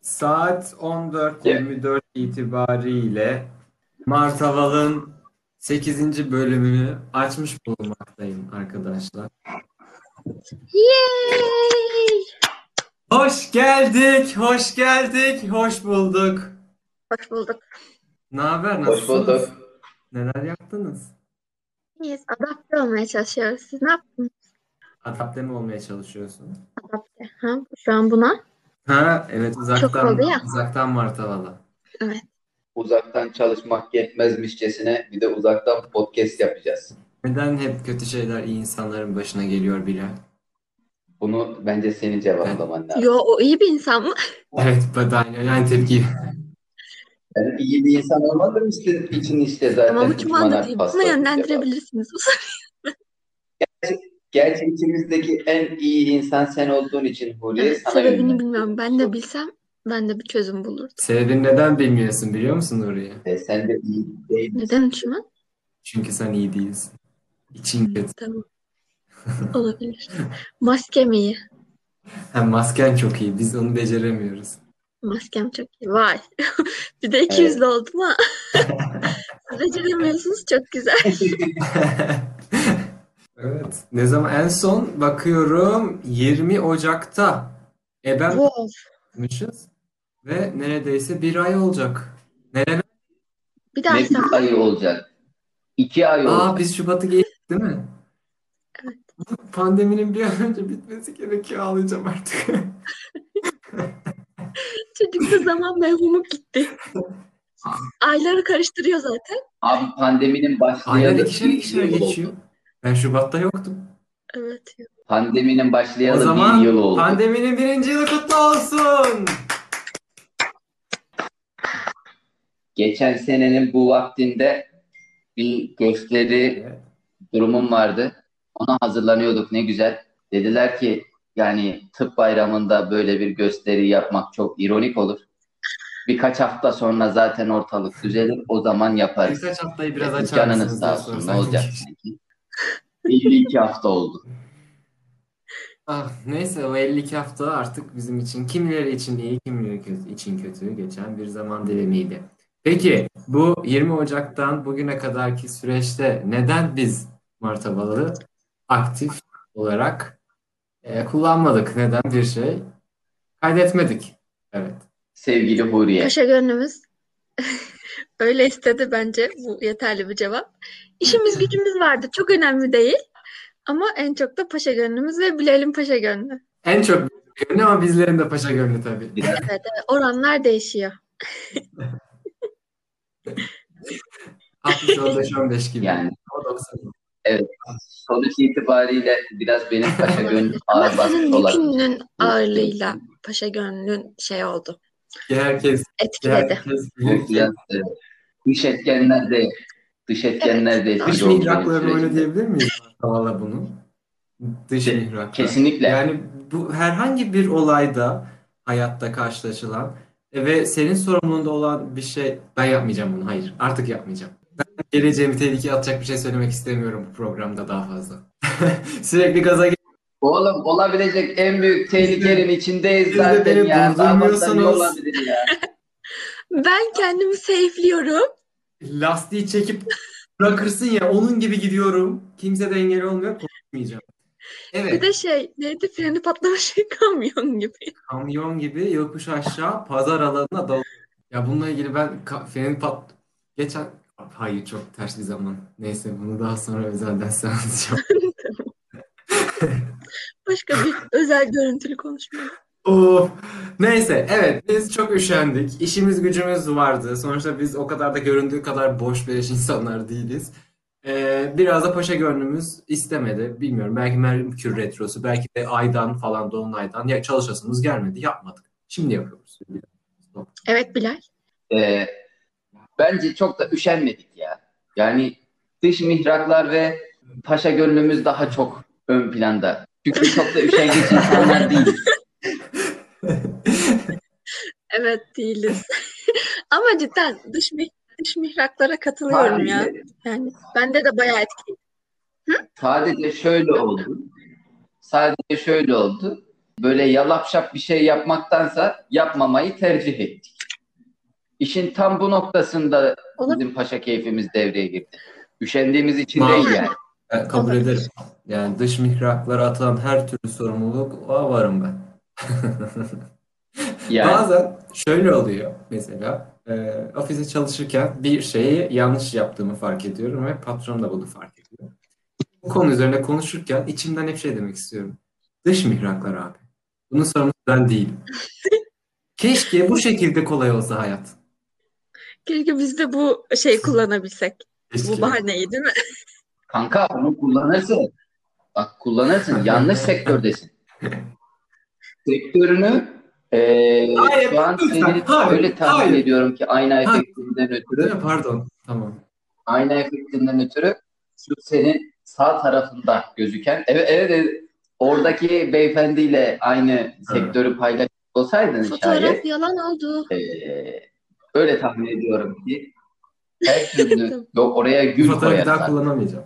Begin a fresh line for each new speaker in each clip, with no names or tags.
Saat 14.24 itibariyle Martaval'ın 8. bölümünü açmış bulunmaktayım arkadaşlar.
Yay!
Hoş geldik, hoş geldik, hoş bulduk.
Hoş bulduk.
Ne
Hoş
haber, nasılsınız?
bulduk.
Neler yaptınız?
İyiyiz. Adapte olmaya çalışıyoruz. Siz ne yaptınız
Adapte mi olmaya çalışıyorsun?
adapte? Ha? Şu an buna.
Ha, evet uzaktan,
oldu ya.
uzaktan Martaval'a.
Uzaktan çalışmak yetmezmişçesine bir de uzaktan podcast yapacağız.
Neden hep kötü şeyler iyi insanların başına geliyor bile?
Bunu bence senin cevaplaman lazım.
Yo o iyi bir insan mı?
Evet, Badanya, yani tepki.
Ben iyi bir insan olmadığım için, için işte zaten
Ama bu kim
düşmana
anlatayım? Buna
pasladım cevabı.
yönlendirebilirsiniz. Bu soruyu.
Gerçi içimizdeki en iyi insan sen olduğun için Huriye
Evet,
sana
sebebini
yönlendim.
bilmiyorum. Ben de bilsem ben de bir çözüm bulurdum.
Sebebini neden bilmiyorsun biliyor musun Nuriye?
E, sen de iyi değil.
Neden üçüme?
Çünkü sen iyi değilsin. İçin kötü.
Tamam. Olabilir. Maskem iyi.
Hem masken çok iyi. Biz onu beceremiyoruz.
Maskem çok iyi. Vay. bir de 200 oldu oldum ha. Siz Beceremiyorsunuz. Çok güzel.
Evet. Ne zaman? En son bakıyorum 20 Ocak'ta EBEM
Wow.
yapmışız ve neredeyse bir ay olacak. Neler?
Bir
Ne
daha sen.
bir ay olacak. İki ay olacak.
Aa biz Şubat'ı geçtik değil mi?
Evet.
Bu pandeminin bir an önce bitmesi gerekiyor. Ağlayacağım artık.
Çocukta zaman mevhumu gitti. Ayları karıştırıyor zaten.
Abi pandeminin
Aynen
başlayalı
ikişer
bir
ikişer
yıl oldu.
geçiyor. Ben Şubat'ta yoktum.
Evet.
Pandeminin başlayalı
O
bir
zaman
yıl oldu.
pandeminin birinci yılı kutlu olsun.
Geçen senenin bu vaktinde bir gösteri durumum vardı. Ona hazırlanıyorduk ne güzel. Dediler ki yani tıp bayramında böyle bir gösteri yapmak çok ironik olur. Birkaç hafta sonra zaten ortalık düzelir. O zaman yaparız.
Birkaç haftayı biraz
Yani
açar
Canınız
mısınız
sağ
diye
olsun. Ne
sorsaydım.
olacak sanki? Bir iki hafta oldu.
Ah, neyse o 52 hafta artık bizim için kimileri için iyi, kimileri kötü, için kötü geçen bir zaman dilimiydi. Peki bu 20 Ocak'tan bugüne kadarki süreçte neden biz Martabalı aktif olarak e, kullanmadık? Neden bir şey kaydetmedik? Evet.
Sevgili Huriye.
Paşa gönlümüz öyle istedi bence. Bu yeterli bir cevap. İşimiz gücümüz vardı. Çok önemli değil. Ama en çok da paşa gönlümüz ve bilelim paşa gönlü.
En çok gönlü ama bizlerin de paşa gönlü tabii.
Oranlar değişiyor.
Haklısın 15 gibi.
Yani
O 90.
sonuç itibariyle biraz benim paşa gönlüm
Ama
ağır basmış
sizin
olabilir.
yükünün ağırlığıyla paşa gönlün şey oldu.
Ki Herkes, ki
Etkiledi.
herkes bilir
Bu
ki
biraz, e, Dış etkenler de dış etkenler de
Dış
etkili oldu benim
mihrakların
sürecimde.
oyunu diyebilir miyiz? Havala bunu. Dış
Ke-
mihraklar.
Kesinlikle.
Yani bu herhangi bir olayda hayatta karşılaşılan ve senin sorumluluğunda olan bir şey ben yapmayacağım bunu. Hayır. Artık yapmayacağım. Ben geleceğimi tehlikeye atacak bir şey söylemek istemiyorum bu programda daha fazla. Sürekli gaza gelip
Oğlum olabilecek en büyük tehlikenin içindeyiz
siz de
zaten
beni
ya. Damattan ne
durdurmuyorsunuz.
olabilir ya?
Ben kendimi safe'liyorum.
lastiği çekip bırakırsın ya onun gibi gidiyorum. Kimse de engel olmuyor. Konuşmayacağım. Evet.
Bir de şey neydi freni patlamış kamyon gibi.
kamyon gibi yokuş aşağı pazar alanına dalıyor. Ya bununla ilgili ben ka- fenin pat geçen hayır çok ters bir zaman. Neyse bunu daha sonra özelden size anlatacağım.
Başka bir özel görüntülü konuşma.
Of. Neyse evet biz çok üşendik. İşimiz gücümüz vardı. Sonuçta biz o kadar da göründüğü kadar boş beleş insanlar değiliz. Ee, biraz da paşa gönlümüz istemedi. Bilmiyorum belki Merkür Retrosu belki de Ay'dan falan Dolunay'dan ya çalışasımız gelmedi yapmadık. Şimdi yapıyoruz.
Evet Bilal.
Ee, bence çok da üşenmedik ya. Yani dış mihraklar ve paşa gönlümüz daha çok ön planda. Çünkü çok da üşengeç insanlar değiliz.
Evet değiliz. Ama cidden dış, mi- dış mihraklara katılıyorum ya.
Sadece-
Yani bende de bayağı etkili.
Sadece şöyle oldu. Sadece şöyle oldu. böyle yalap şap bir şey yapmaktansa yapmamayı tercih ettik. İşin tam bu noktasında
Olabilir.
bizim paşa keyfimiz devreye girdi. Üşendiğimiz için değil yani.
Ben kabul
Olabilir.
ederim. Yani dış mihraklara atılan her türlü sorumlulukla varım ben.
Yani
Bazen şöyle oluyor mesela. e, ofise çalışırken bir şeyi yanlış yaptığımı fark ediyorum ve patron da bunu fark ediyor. Bu konu üzerine konuşurken içimden hep şey demek istiyorum. Dış mihraklar abi. Bunun sorumlusu ben değilim. Keşke bu şekilde kolay olsa hayat.
Keşke biz de bu şeyi kullanabilsek.
Keşke.
Bu bahaneyi değil mi?
kanka onu kullanırsın. Bak kullanırsın. Yanlış sektördesin. Sektörünü eee,
Hayır,
şu an
lütfen,
seni
hayır,
öyle tahmin
hayır.
ediyorum ki ayna
Hayır.
efektinden ötürü
Değil mi? Pardon. Tamam.
ayna efektinden ötürü şu senin sağ tarafında gözüken evet evet, evet. oradaki beyefendiyle aynı sektörü paylaşmış olsaydın şayet
Fotoğraf yalan oldu.
eee, öyle tahmin ediyorum ki her türlü yok oraya
Bu
gül
fotoğrafı bir daha
koyarlar.
kullanamayacağım.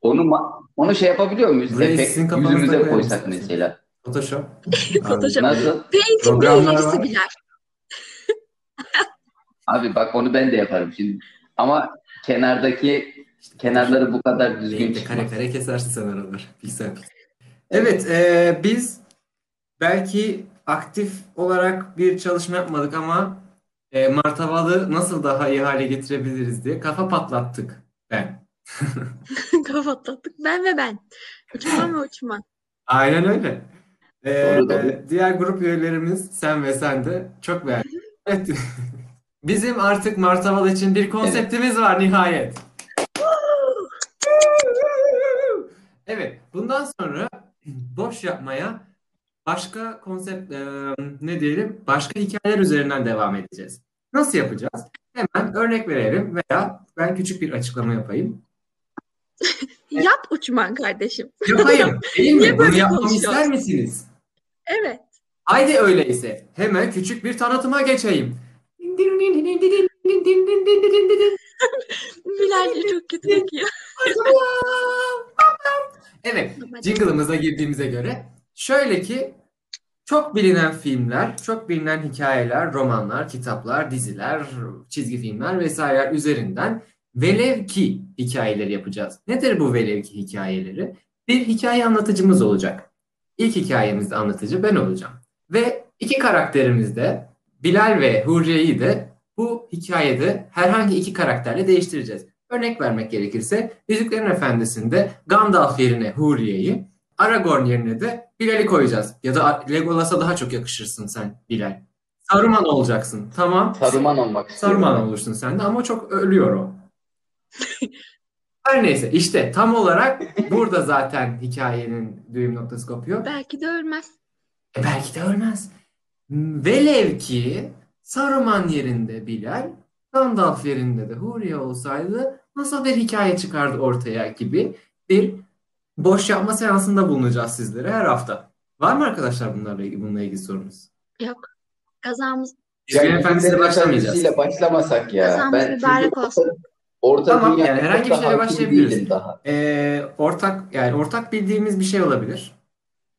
Onu ma- onu şey yapabiliyor muyuz?
Burayı
Efekt
sizin kafanızda
yüzümüze
koyarız
koysak
zaten.
mesela.
Photoshop.
Photoshop.
Nasıl?
Painting de
Programlar
ilerisi
var.
Bilal.
Abi bak onu ben de yaparım şimdi. Ama kenardaki kenarları bu kadar düzgün
Beyin de kare
çıkmaz.
kare kesersin sen oraları. Piksel piksel. Evet, eee, biz belki aktif olarak bir çalışma yapmadık ama eee martavalı nasıl daha iyi hale getirebiliriz diye kafa patlattık ben.
Kafa atlattık. Ben ve ben. Uçman ve uçman.
Aynen öyle. Eee,
Doğru, doğru.
diğer grup üyelerimiz sen ve sen de çok beğendim. Evet. Bizim artık martaval için bir konseptimiz var nihayet. Evet, bundan sonra boş yapmaya başka konsept e, ne diyelim başka hikayeler üzerinden devam edeceğiz. Nasıl yapacağız? Hemen örnek verelim veya ben küçük bir açıklama yapayım.
Yap uçman kardeşim.
Yapayım değil mi?
Niye
Bunu
böyle
yapmamı
konuşuyorsun?
ister misiniz?
Evet.
Haydi öyleyse hemen küçük bir tanıtıma geçeyim.
Bilal'le çok kötü bakıyor.
Evet, jingle'ımıza girdiğimize göre şöyle ki çok bilinen filmler, çok bilinen hikayeler, romanlar, kitaplar, diziler, çizgi filmler vesaireler üzerinden velev ki hikayeleri yapacağız. Nedir bu velev ki hikayeleri? Bir hikaye anlatıcımız olacak. İlk hikayemizde anlatıcı ben olacağım. Ve iki karakterimiz de Bilal ve Huriye'yi de bu hikayede herhangi iki karakterle değiştireceğiz. Örnek vermek gerekirse Yüzüklerin Efendisi'nde Gandalf yerine Huriye'yi, Aragorn yerine de Bilal'i koyacağız. Ya da Legolas'a daha çok yakışırsın sen Bilal. Saruman olacaksın. Tamam.
Saruman olmak istiyorum.
Saruman olursun sen de ama çok ölüyor o. Her neyse işte tam olarak burada zaten hikayenin düğüm noktası kopuyor.
Belki de ölmez.
E belki de ölmez. Velev ki Saruman yerinde Bilal, Gandalf yerinde de Huriye olsaydı nasıl bir hikaye çıkardı ortaya gibi bir boş yapma seansında bulunacağız sizlere her hafta. Var mı arkadaşlar bunlarla ilgili, bununla ilgili sorunuz?
Kazamız
Ya
Yüzüklerin Efendisi'yle
Yüzüklerin
başlamayacağız.
Efendisi'yle başlamasak ya.
Kazamız
Ben
mübarek
çünkü
olsun.
Orta
Tamam,
dünya
yani herhangi bir
çok da
şeyle
hakim
başlayabiliriz.
değilim daha.
Ee, ortak yani ortak bildiğimiz bir şey olabilir.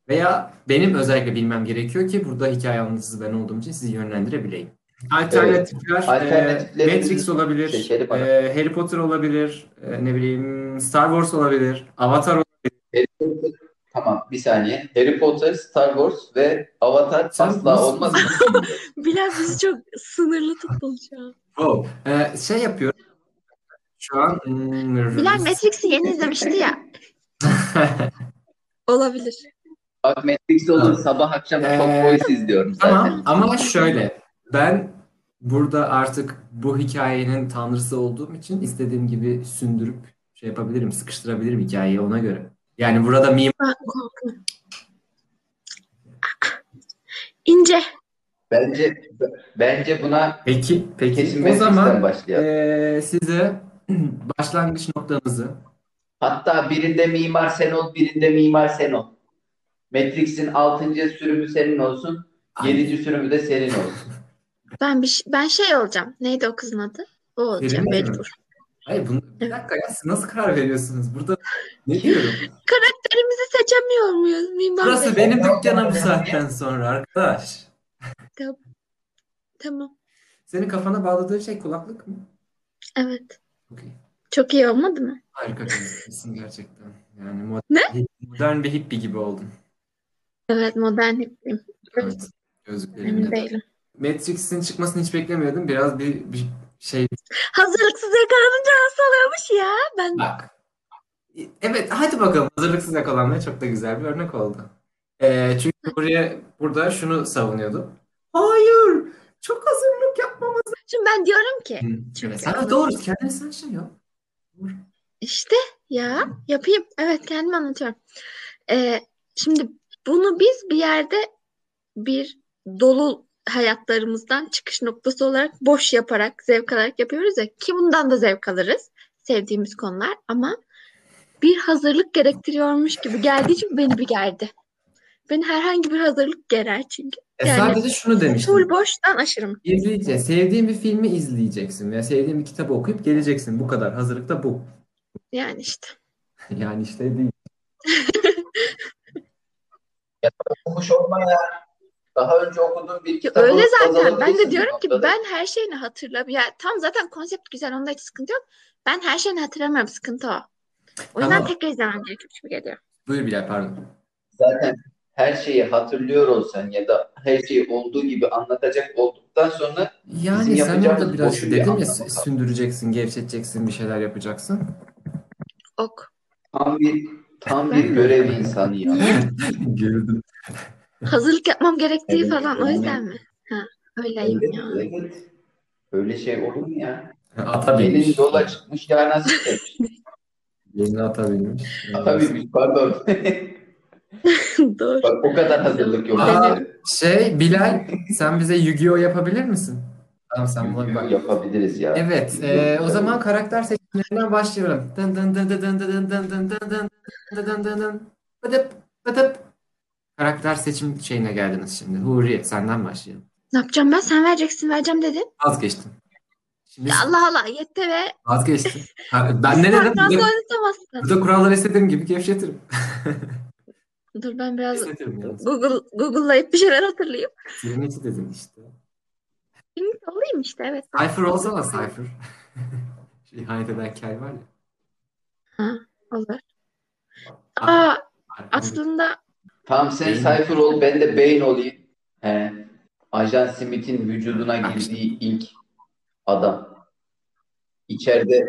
Veya benim özellikle bilmem gerekiyor ki burada hikaye anlatıcısı ben olduğum için sizi yönlendirebileyim. Alternatifler
Alternatifleri
e, Matrix olabilir,
şekeri bana.
e, Harry Potter olabilir, e, ne bileyim Star Wars olabilir, Avatar olabilir.
Harry Potter- Tamam bir saniye. Harry Potter, Star Wars ve Avatar
Sen
asla
nasıl-
olmaz.
Bilal bizi çok sınırlı tuttu şu an.
Wow. E, şey yapıyorum. Şu an hmm,
Bilal Matrix'i yeni izlemişti ya. Olabilir.
Bak Matrix olur sabah akşam
Ee,
Top Boys izliyorum zaten.
Tamam ama şöyle ben burada artık bu hikayenin tanrısı olduğum için istediğim gibi sündürüp şey yapabilirim, sıkıştırabilirim hikayeyi ona göre. Yani burada mimar
Ben korktum. İnce.
Bence bence buna
peki peki
kesin
o
Matrix'ten
zaman e-
başlayalım.
eee, size başlangıç noktanızı
Hatta birinde mimar sen ol, birinde mimar sen ol. Matrix'in 6. sürümü senin olsun, 7. sürümü de senin olsun.
Ben bir ş- ben şey olacağım. Neydi o kızın adı? O olacağım
Serin mi?
mecbur.
Hayır bunu, bir dakika ya siz nasıl karar veriyorsunuz? Burada ne diyorum?
Karakterimizi seçemiyor muyuz? Mimar Bey?
Burası benim dükkanım bu saatten sonra arkadaş.
Tamam.
Senin kafana bağladığın şey kulaklık mı?
Evet.
Okey.
Çok iyi olmadı mı?
Harika konuşuyorsun gerçekten. Yani mod-
Ne?
modern bir hippie gibi oldun.
Evet modern hippiyim.
Evet. Gözlüklerinle de.
Emin değilim.
Matrix'in çıkmasını hiç beklemiyordum. Biraz bir, bir şey
Hazırlıksız yakalanınca nasıl oluyormuş ya? Ben
Bak. Evet, hadi bakalım. Hazırlıksız yakalanmaya çok da güzel bir örnek oldu. Ee, çünkü buraya burada şunu savunuyordu. Hayır, çok hazırlık yapmamız.
Şimdi ben diyorum ki
Evet, sen de doğru, kendini sen şey yap.
İşte ya yapayım. Evet kendim anlatıyorum. Ee, şimdi bunu biz bir yerde bir dolu hayatlarımızdan çıkış noktası olarak boş yaparak, zevk alarak yapıyoruz ya ki bundan da zevk alırız. Sevdiğimiz konular ama bir hazırlık gerektiriyormuş gibi geldiği için beni bir gerdi. Beni herhangi bir hazırlık gerer çünkü.
E,
Yani-
sadece şunu
Full
demiştim.
boştan aşırım.
İzleyece, sevdiğin bir filmi izleyeceksin veya sevdiğin bir kitabı okuyup geleceksin. Bu kadar. Hazırlık da bu.
Yani işte.
Yani işte değil.
Okumuş olma ya. Daha önce okuduğum bir
Ya
kitabı
öyle zaten.
azalabilirsin
Ben de
bu
diyorum ki
noktada.
ben her şeyini hatırlam. Ya tam zaten konsept güzel. Onda hiç sıkıntı yok. Ben her şeyini hatırlamıyorum. Sıkıntı o. O yüzden
Tamam.
tekrar izlemem gerekiyor gibi geliyor.
Buyur Bilal pardon.
Zaten her şeyi hatırlıyor olsan ya da her şeyi olduğu gibi anlatacak olduktan sonra
Yani
Bizim
sen
yapacağımız
orada biraz
boşu bir
dedim ya
anlamı kaldı.
sündüreceksin, gevşeteceksin, bir şeyler yapacaksın.
Ok.
tam bir tam bir görev insanı ya.
Güldüm.
Hazırlık yapmam gerektiği
Evet,
falan. O
yani.
yüzden mi? Ha, öyleyim
Evet,
ya.
evet. Öyle şey olur mu ya?
Ata
Elin
binmiş.
yola çıkmış ya nasıl demiş.
Yeni ata binmiş.
Tabii biz- pardon.
Doğru.
Bak o kadar hazırlık yok.
Aa,
Yani
Şey Bilal sen bize Yu-Gi-Oh yapabilir misin? Tamam sen buna bir bak.
Yapabiliriz ya.
Evet e, o zaman karakter seçimlerinden başlayalım. Dın dın dın dın dın dın dın dın dın dın dın dın dın dın dın. Bıdıp bıdıp. Karakter seçim şeyine geldiniz şimdi. Huri senden başlayalım.
Ne yapacağım ben? Sen vereceksin. Vereceğim dedin.
Vazgeçtim. Şimdi
Ya Allah Allah. Yetti ve
vazgeçtim. Ha, ben ne dedim?
Saklandı
Burada,
oynatamazsın.
burada kuralları istediğim gibi gevşetirim.
Dur ben biraz
Gevşetirim yalnız.
Google Google'layıp bir şeyler hatırlayayım.
Silmeci dedin işte.
Bilmiyorum olayım işte evet.
Cypher olsana Cypher. Şu İhanet eden kel var ya.
Olur.
Ah,
Aa aslında
Tam sen
Beyin.
Cypher ol ben de Bane olayım. He. Ajan Smith'in vücuduna girdiği ilk adam. İçeride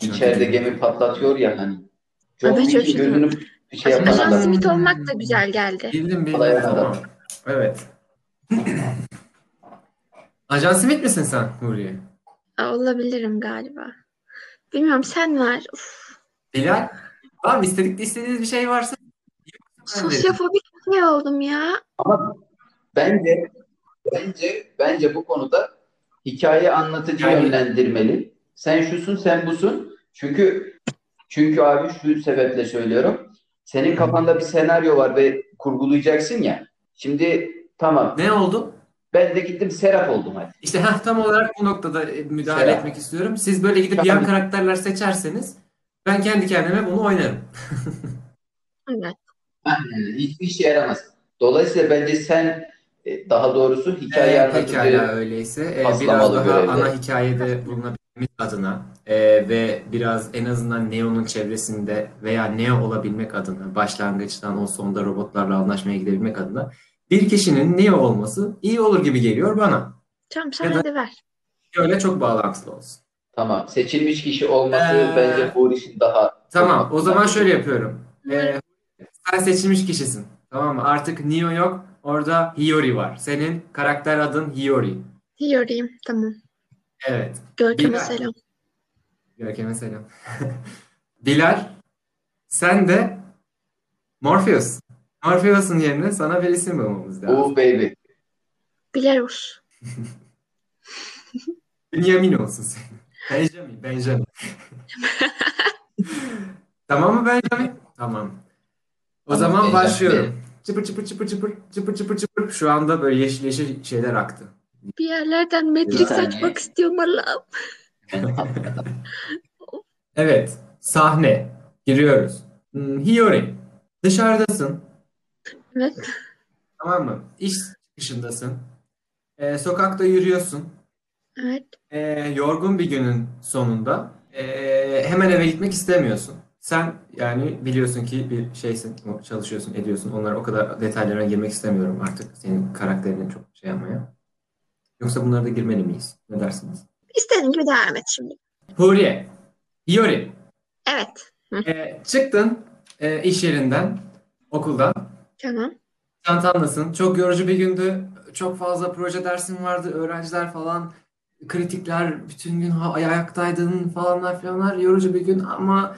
içeride gemi patlatıyor ya hani. John
Abi hiç
Wick'in
öyle şey
gözünü bir şey yapan
Ajan
Anladım.
adam.
Smith olmak da güzel geldi.
Bildim bildim.
Olay
Tamam.
anladım.
Evet. Ajan Smith misin sen Huriye?
Aa, Olabilirim galiba. Bilmiyorum sen var. Uf,
Bilal. Tamam istedik istediğiniz bir şey varsa. Ben de-
sosyofobik bir şey oldum ya.
Bence bence bence bu konuda hikaye anlatıcı
Yani-
yönlendirmeli. Sen şusun, sen busun. Çünkü çünkü abi şu sebeple söylüyorum. Senin kafanda bir senaryo var ve kurgulayacaksın ya. Şimdi tamam.
Ne oldu?
Ben de gittim Serap oldum hadi.
İşte heh, tam olarak bu noktada e, müdahale
Selam.
etmek istiyorum. Siz böyle gidip yan
Tamam.
karakterler seçerseniz ben kendi kendime bunu oynarım.
Evet.
Yani hiçbir işe yaramaz. Dolayısıyla bence sen e, daha doğrusu hikaye
Ee,
anlatıcı
pekala öyleyse Ee, biraz
Aslamalı
daha
görevde.
ana hikayede bulunabilmek adına ee, ve biraz en azından Neo'nun çevresinde veya Neo olabilmek adına başlangıçtan o sonda robotlarla anlaşmaya gidebilmek adına bir kişinin Neo olması iyi olur gibi geliyor bana.
Tamam sen
Ya da-
hadi ver.
Böyle çok bağlantılı olsun.
Tamam. Seçilmiş kişi olması
Ee,
bence bu işin daha
Tamam o zaman şöyle yapıyorum. Ee, sen seçilmiş kişisin. Tamam mı? Artık Neo yok. Orada Hiyori var. Senin karakter adın Hiyori.
Yorayım tamam.
Evet.
Görkem'e
Bilmem.
selam.
Görkem'e selam. Bilal, sen de Morpheus. Morpheus'un yerine sana bir isim bulmamız lazım.
Oh baby.
Bilerus.
Benjamin olsun senin. Benjamin, Benjamin. tamam mı Benjamin? Tamam. O
Tamam,
zaman
Benjamin
başlıyorum. Çıpır çıpır çıpır çıpır çıpır çıpır çıpır. Şu anda böyle yeşil yeşil şeyler aktı.
Bir yerlerden Matrix
saniye.
açmak istiyorum Allah'ım.
Evet. Sahne. Giriyoruz. Hmm, Hiyori. Dışarıdasın.
Evet.
Tamam mı? İş çıkışındasın. Ee, sokakta yürüyorsun.
Evet.
Ee, yorgun bir günün sonunda ee, hemen eve gitmek istemiyorsun. Sen yani biliyorsun ki bir şeysin, çalışıyorsun, ediyorsun. Onlara o kadar detaylarına girmek istemiyorum artık. Senin karakterini çok şey yapmaya. Yoksa bunlara da girmeli miyiz? Ne dersiniz?
İstediğin gibi devam et şimdi.
Huriye. Hiyori.
Evet.
Ee, çıktın ee, iş yerinden, okuldan.
Tamam.
Çantandasın. Çok yorucu bir gündü. Çok fazla proje dersin vardı. Öğrenciler falan kritikler bütün gün ha- ayaktaydın falanlar filanlar. Yorucu bir gün ama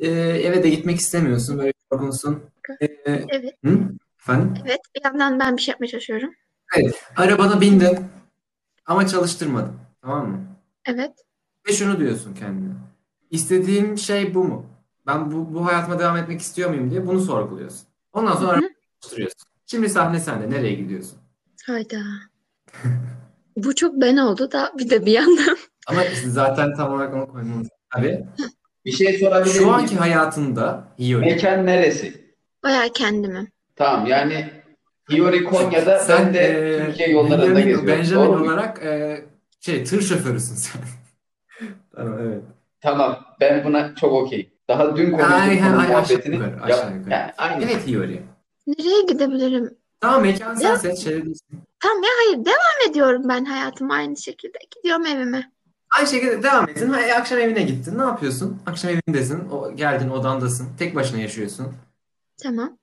e, eve de gitmek istemiyorsun. Böyle yorgunsun. E,
Evet.
Hı? Efendim?
Evet. Bir yandan ben bir şey yapmaya çalışıyorum.
Arabana bindin ama çalıştırmadın. Tamam mı?
Evet.
Ve şunu diyorsun kendine. İstediğim şey bu mu? Ben bu, bu hayatıma devam etmek istiyor muyum diye bunu sorguluyorsun. Ondan sonra
Hı hı.
arabayı çalıştırıyorsun. Şimdi sahne sende. Nereye gidiyorsun?
Hayda. Bu çok ben oldu da bir de bir yandan.
Ama işte zaten tam olarak onu koymamız. Tabii.
Bir şey sorabilir
Şu
miyim?
anki hayatında Hiyori.
Mekan neresi?
Bayağı kendimi.
Tamam yani Hiyori Konya'da
Sen
ben de
eee,
Türkiye yollarında
Benjamin,
geziyorum.
Benjamin
Doğru mu?
olarak eee, şey tır şoförüsün sen. tamam evet.
Tamam ben buna çok okey. Daha dün konuştuk
Ay,
bunun
ay, aşağı
muhabbetini.
yukarı,
Yap-
aşağı yukarı.
Yani aynı.
Evet Hiyori.
Nereye gidebilirim?
Tamam mekan sen
Ya.
seç. Şey diyorsun.
Tamam ya hayır devam ediyorum ben hayatıma aynı şekilde. Gidiyorum evime.
Aynı şekilde devam ettin. Ha, e, akşam evine gittin. Ne yapıyorsun? Akşam evindesin. O, geldin odandasın. Tek başına yaşıyorsun.
Tamam.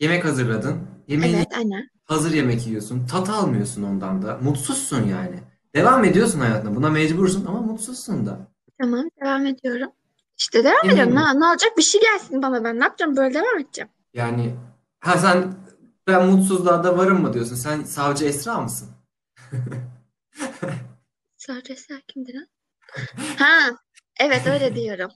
Yemek hazırladın. Yemeğini
Evet aynen.
hazır yemek yiyorsun. Tat almıyorsun ondan da. Mutsuzsun yani. Devam ediyorsun hayatına. Buna mecbursun ama mutsuzsun da.
Tamam devam ediyorum. İşte devam
Yemin
ediyorum.
mi?
Ne, ne olacak? Bir şey gelsin bana ben. Ne yapacağım? Böyle devam edeceğim.
Yani ha sen ben mutsuzluğa da varım mı diyorsun? Sen savcı Esra mısın?
Sadece sakindir ha. Ha. Evet öyle diyorum.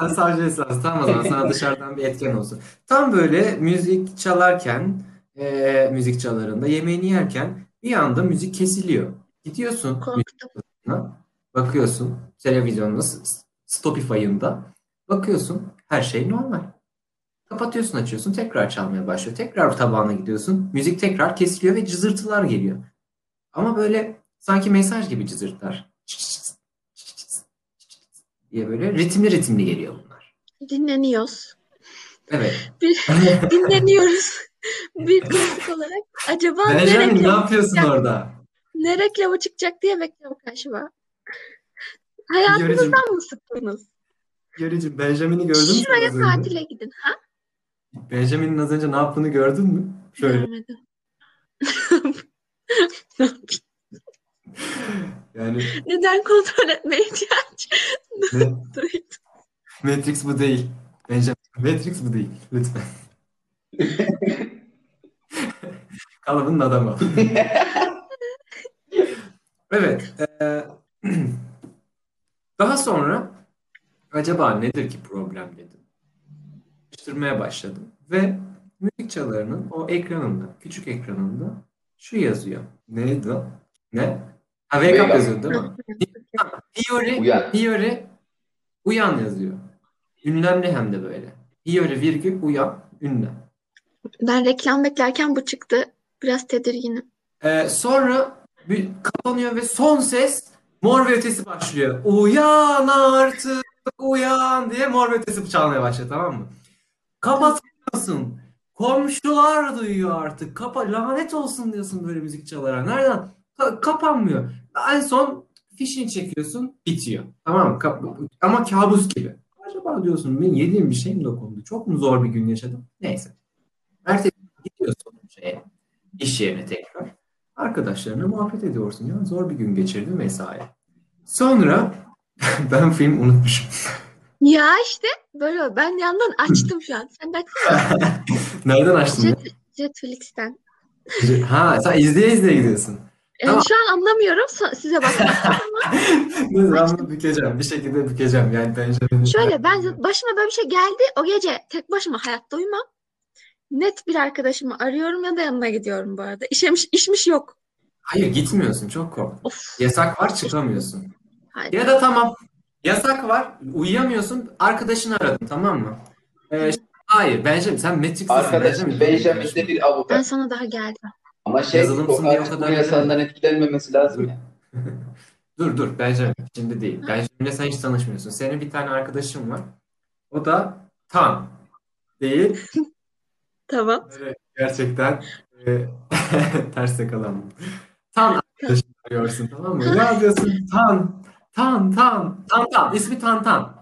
Sen savcı Esra'sın. Tamam o zaman sana dışarıdan bir etken olsun. Tam böyle müzik çalarken e, müzik çalarında yemeğini yerken bir anda müzik kesiliyor. Gidiyorsun
Korktum.
Ha? Bakıyorsun televizyonun s- Spotify'ında bakıyorsun her şey normal. Kapatıyorsun açıyorsun tekrar çalmaya başlıyor. Tekrar tabağına gidiyorsun. Müzik tekrar kesiliyor ve cızırtılar geliyor. Ama böyle sanki mesaj gibi cızırtlar. diye böyle ritimli ritimli geliyor bunlar.
Dinleniyoruz.
Evet.
Bir, dinleniyoruz. bir klasik olarak. Acaba ne
Benjamin ne
reklam,
yapıyorsun orada?
ne reklamı çıkacak diye bekliyorum karşıma. Hayatınızdan mı sıktınız?
Görücü Benjamin'i gördün mü? sen
Şuraya
az önce?
tatile gidin. Ha?
Benjamin'in az önce ne yaptığını gördün mü? Şöyle.
Görmedim.
Yani
Neden kontrol etmeye ihtiyaç
ne,
duydum?
Matrix bu değil. Benjamin. Matrix bu değil. Lütfen. Kalıbın adamı. evet. eee, daha sonra acaba nedir ki problem dedim. Araştırmaya başladım. Ve müzik çalarının o ekranında, küçük ekranında şu yazıyor. Neydi o? Ne? Ha, wake up
Wake up.
yazıyor değil mi? Theory
Uyan.
Hiyori uyan yazıyor. Ünlemli hem de böyle. Hiyori virgül uyan ünlem.
Ben reklam beklerken bu çıktı. Biraz tedirginim.
Ee, sonra bir kapanıyor ve son ses mor ve ötesi başlıyor. Uyan artık uyan diye mor ve ötesi çalmaya başlıyor tamam mı? Kapatıyorsun. Komşular duyuyor artık. Kapa lanet olsun diyorsun böyle müzik çalarak. Nereden? Ka- kapanmıyor. En son fişini çekiyorsun bitiyor. Tamam mı? Kap- Ama kabus gibi. Acaba diyorsun ben yediğim bir şey mi dokundu? Çok mu zor bir gün yaşadım? Neyse. Ertesi gün gidiyorsun şeye, iş yerine tekrar. Arkadaşlarına muhabbet ediyorsun. Ya zor bir gün geçirdim vesaire. Sonra ben film unutmuşum.
Ya işte böyle o. Ben yandan açtım şu an. Sen de açsana.
Nereden açtın? ya?
Netflix'ten.
Ha sen izleye izleye gidiyorsun.
Yani
Tamam.
Ee, şu an anlamıyorum. So- Size bak.
Ne zaman bükeceğim. Bir şekilde bükeceğim. Yani Benjamin'in.
Şöyle ben başıma böyle bir şey geldi. O gece tek başıma hayatta uyumam. Net bir arkadaşımı arıyorum ya da yanına gidiyorum bu arada. İşemiş, işmiş yok.
Hayır gitmiyorsun. Çok korktum.
Of.
Yasak var çıkamıyorsun.
Hayır.
Ya da tamam. Yasak var. Uyuyamıyorsun. Arkadaşını aradın tamam mı? Ee, şimdi- hayır. Benjamin sen Matrix'lisin.
Arkadaşım Benjamin'de bir avukat.
Ben sana daha geldim.
Ama şey
Yazılımsın diye
sokağa
o kadar
çıkma yasalarından etkilenmemesi lazım ya.
Dur dur Benjamin şimdi değil. Benjamin'le sen hiç tanışmıyorsun. Senin bir tane arkadaşın var. O da Tan. Değil.
Tamam.
Böyle gerçekten e, ters yakalandım. Tan arkadaşını arıyorsun tamam mı? Ne yapıyorsun? Tan. Tan tan. Tan tan. İsmi Tan Tan.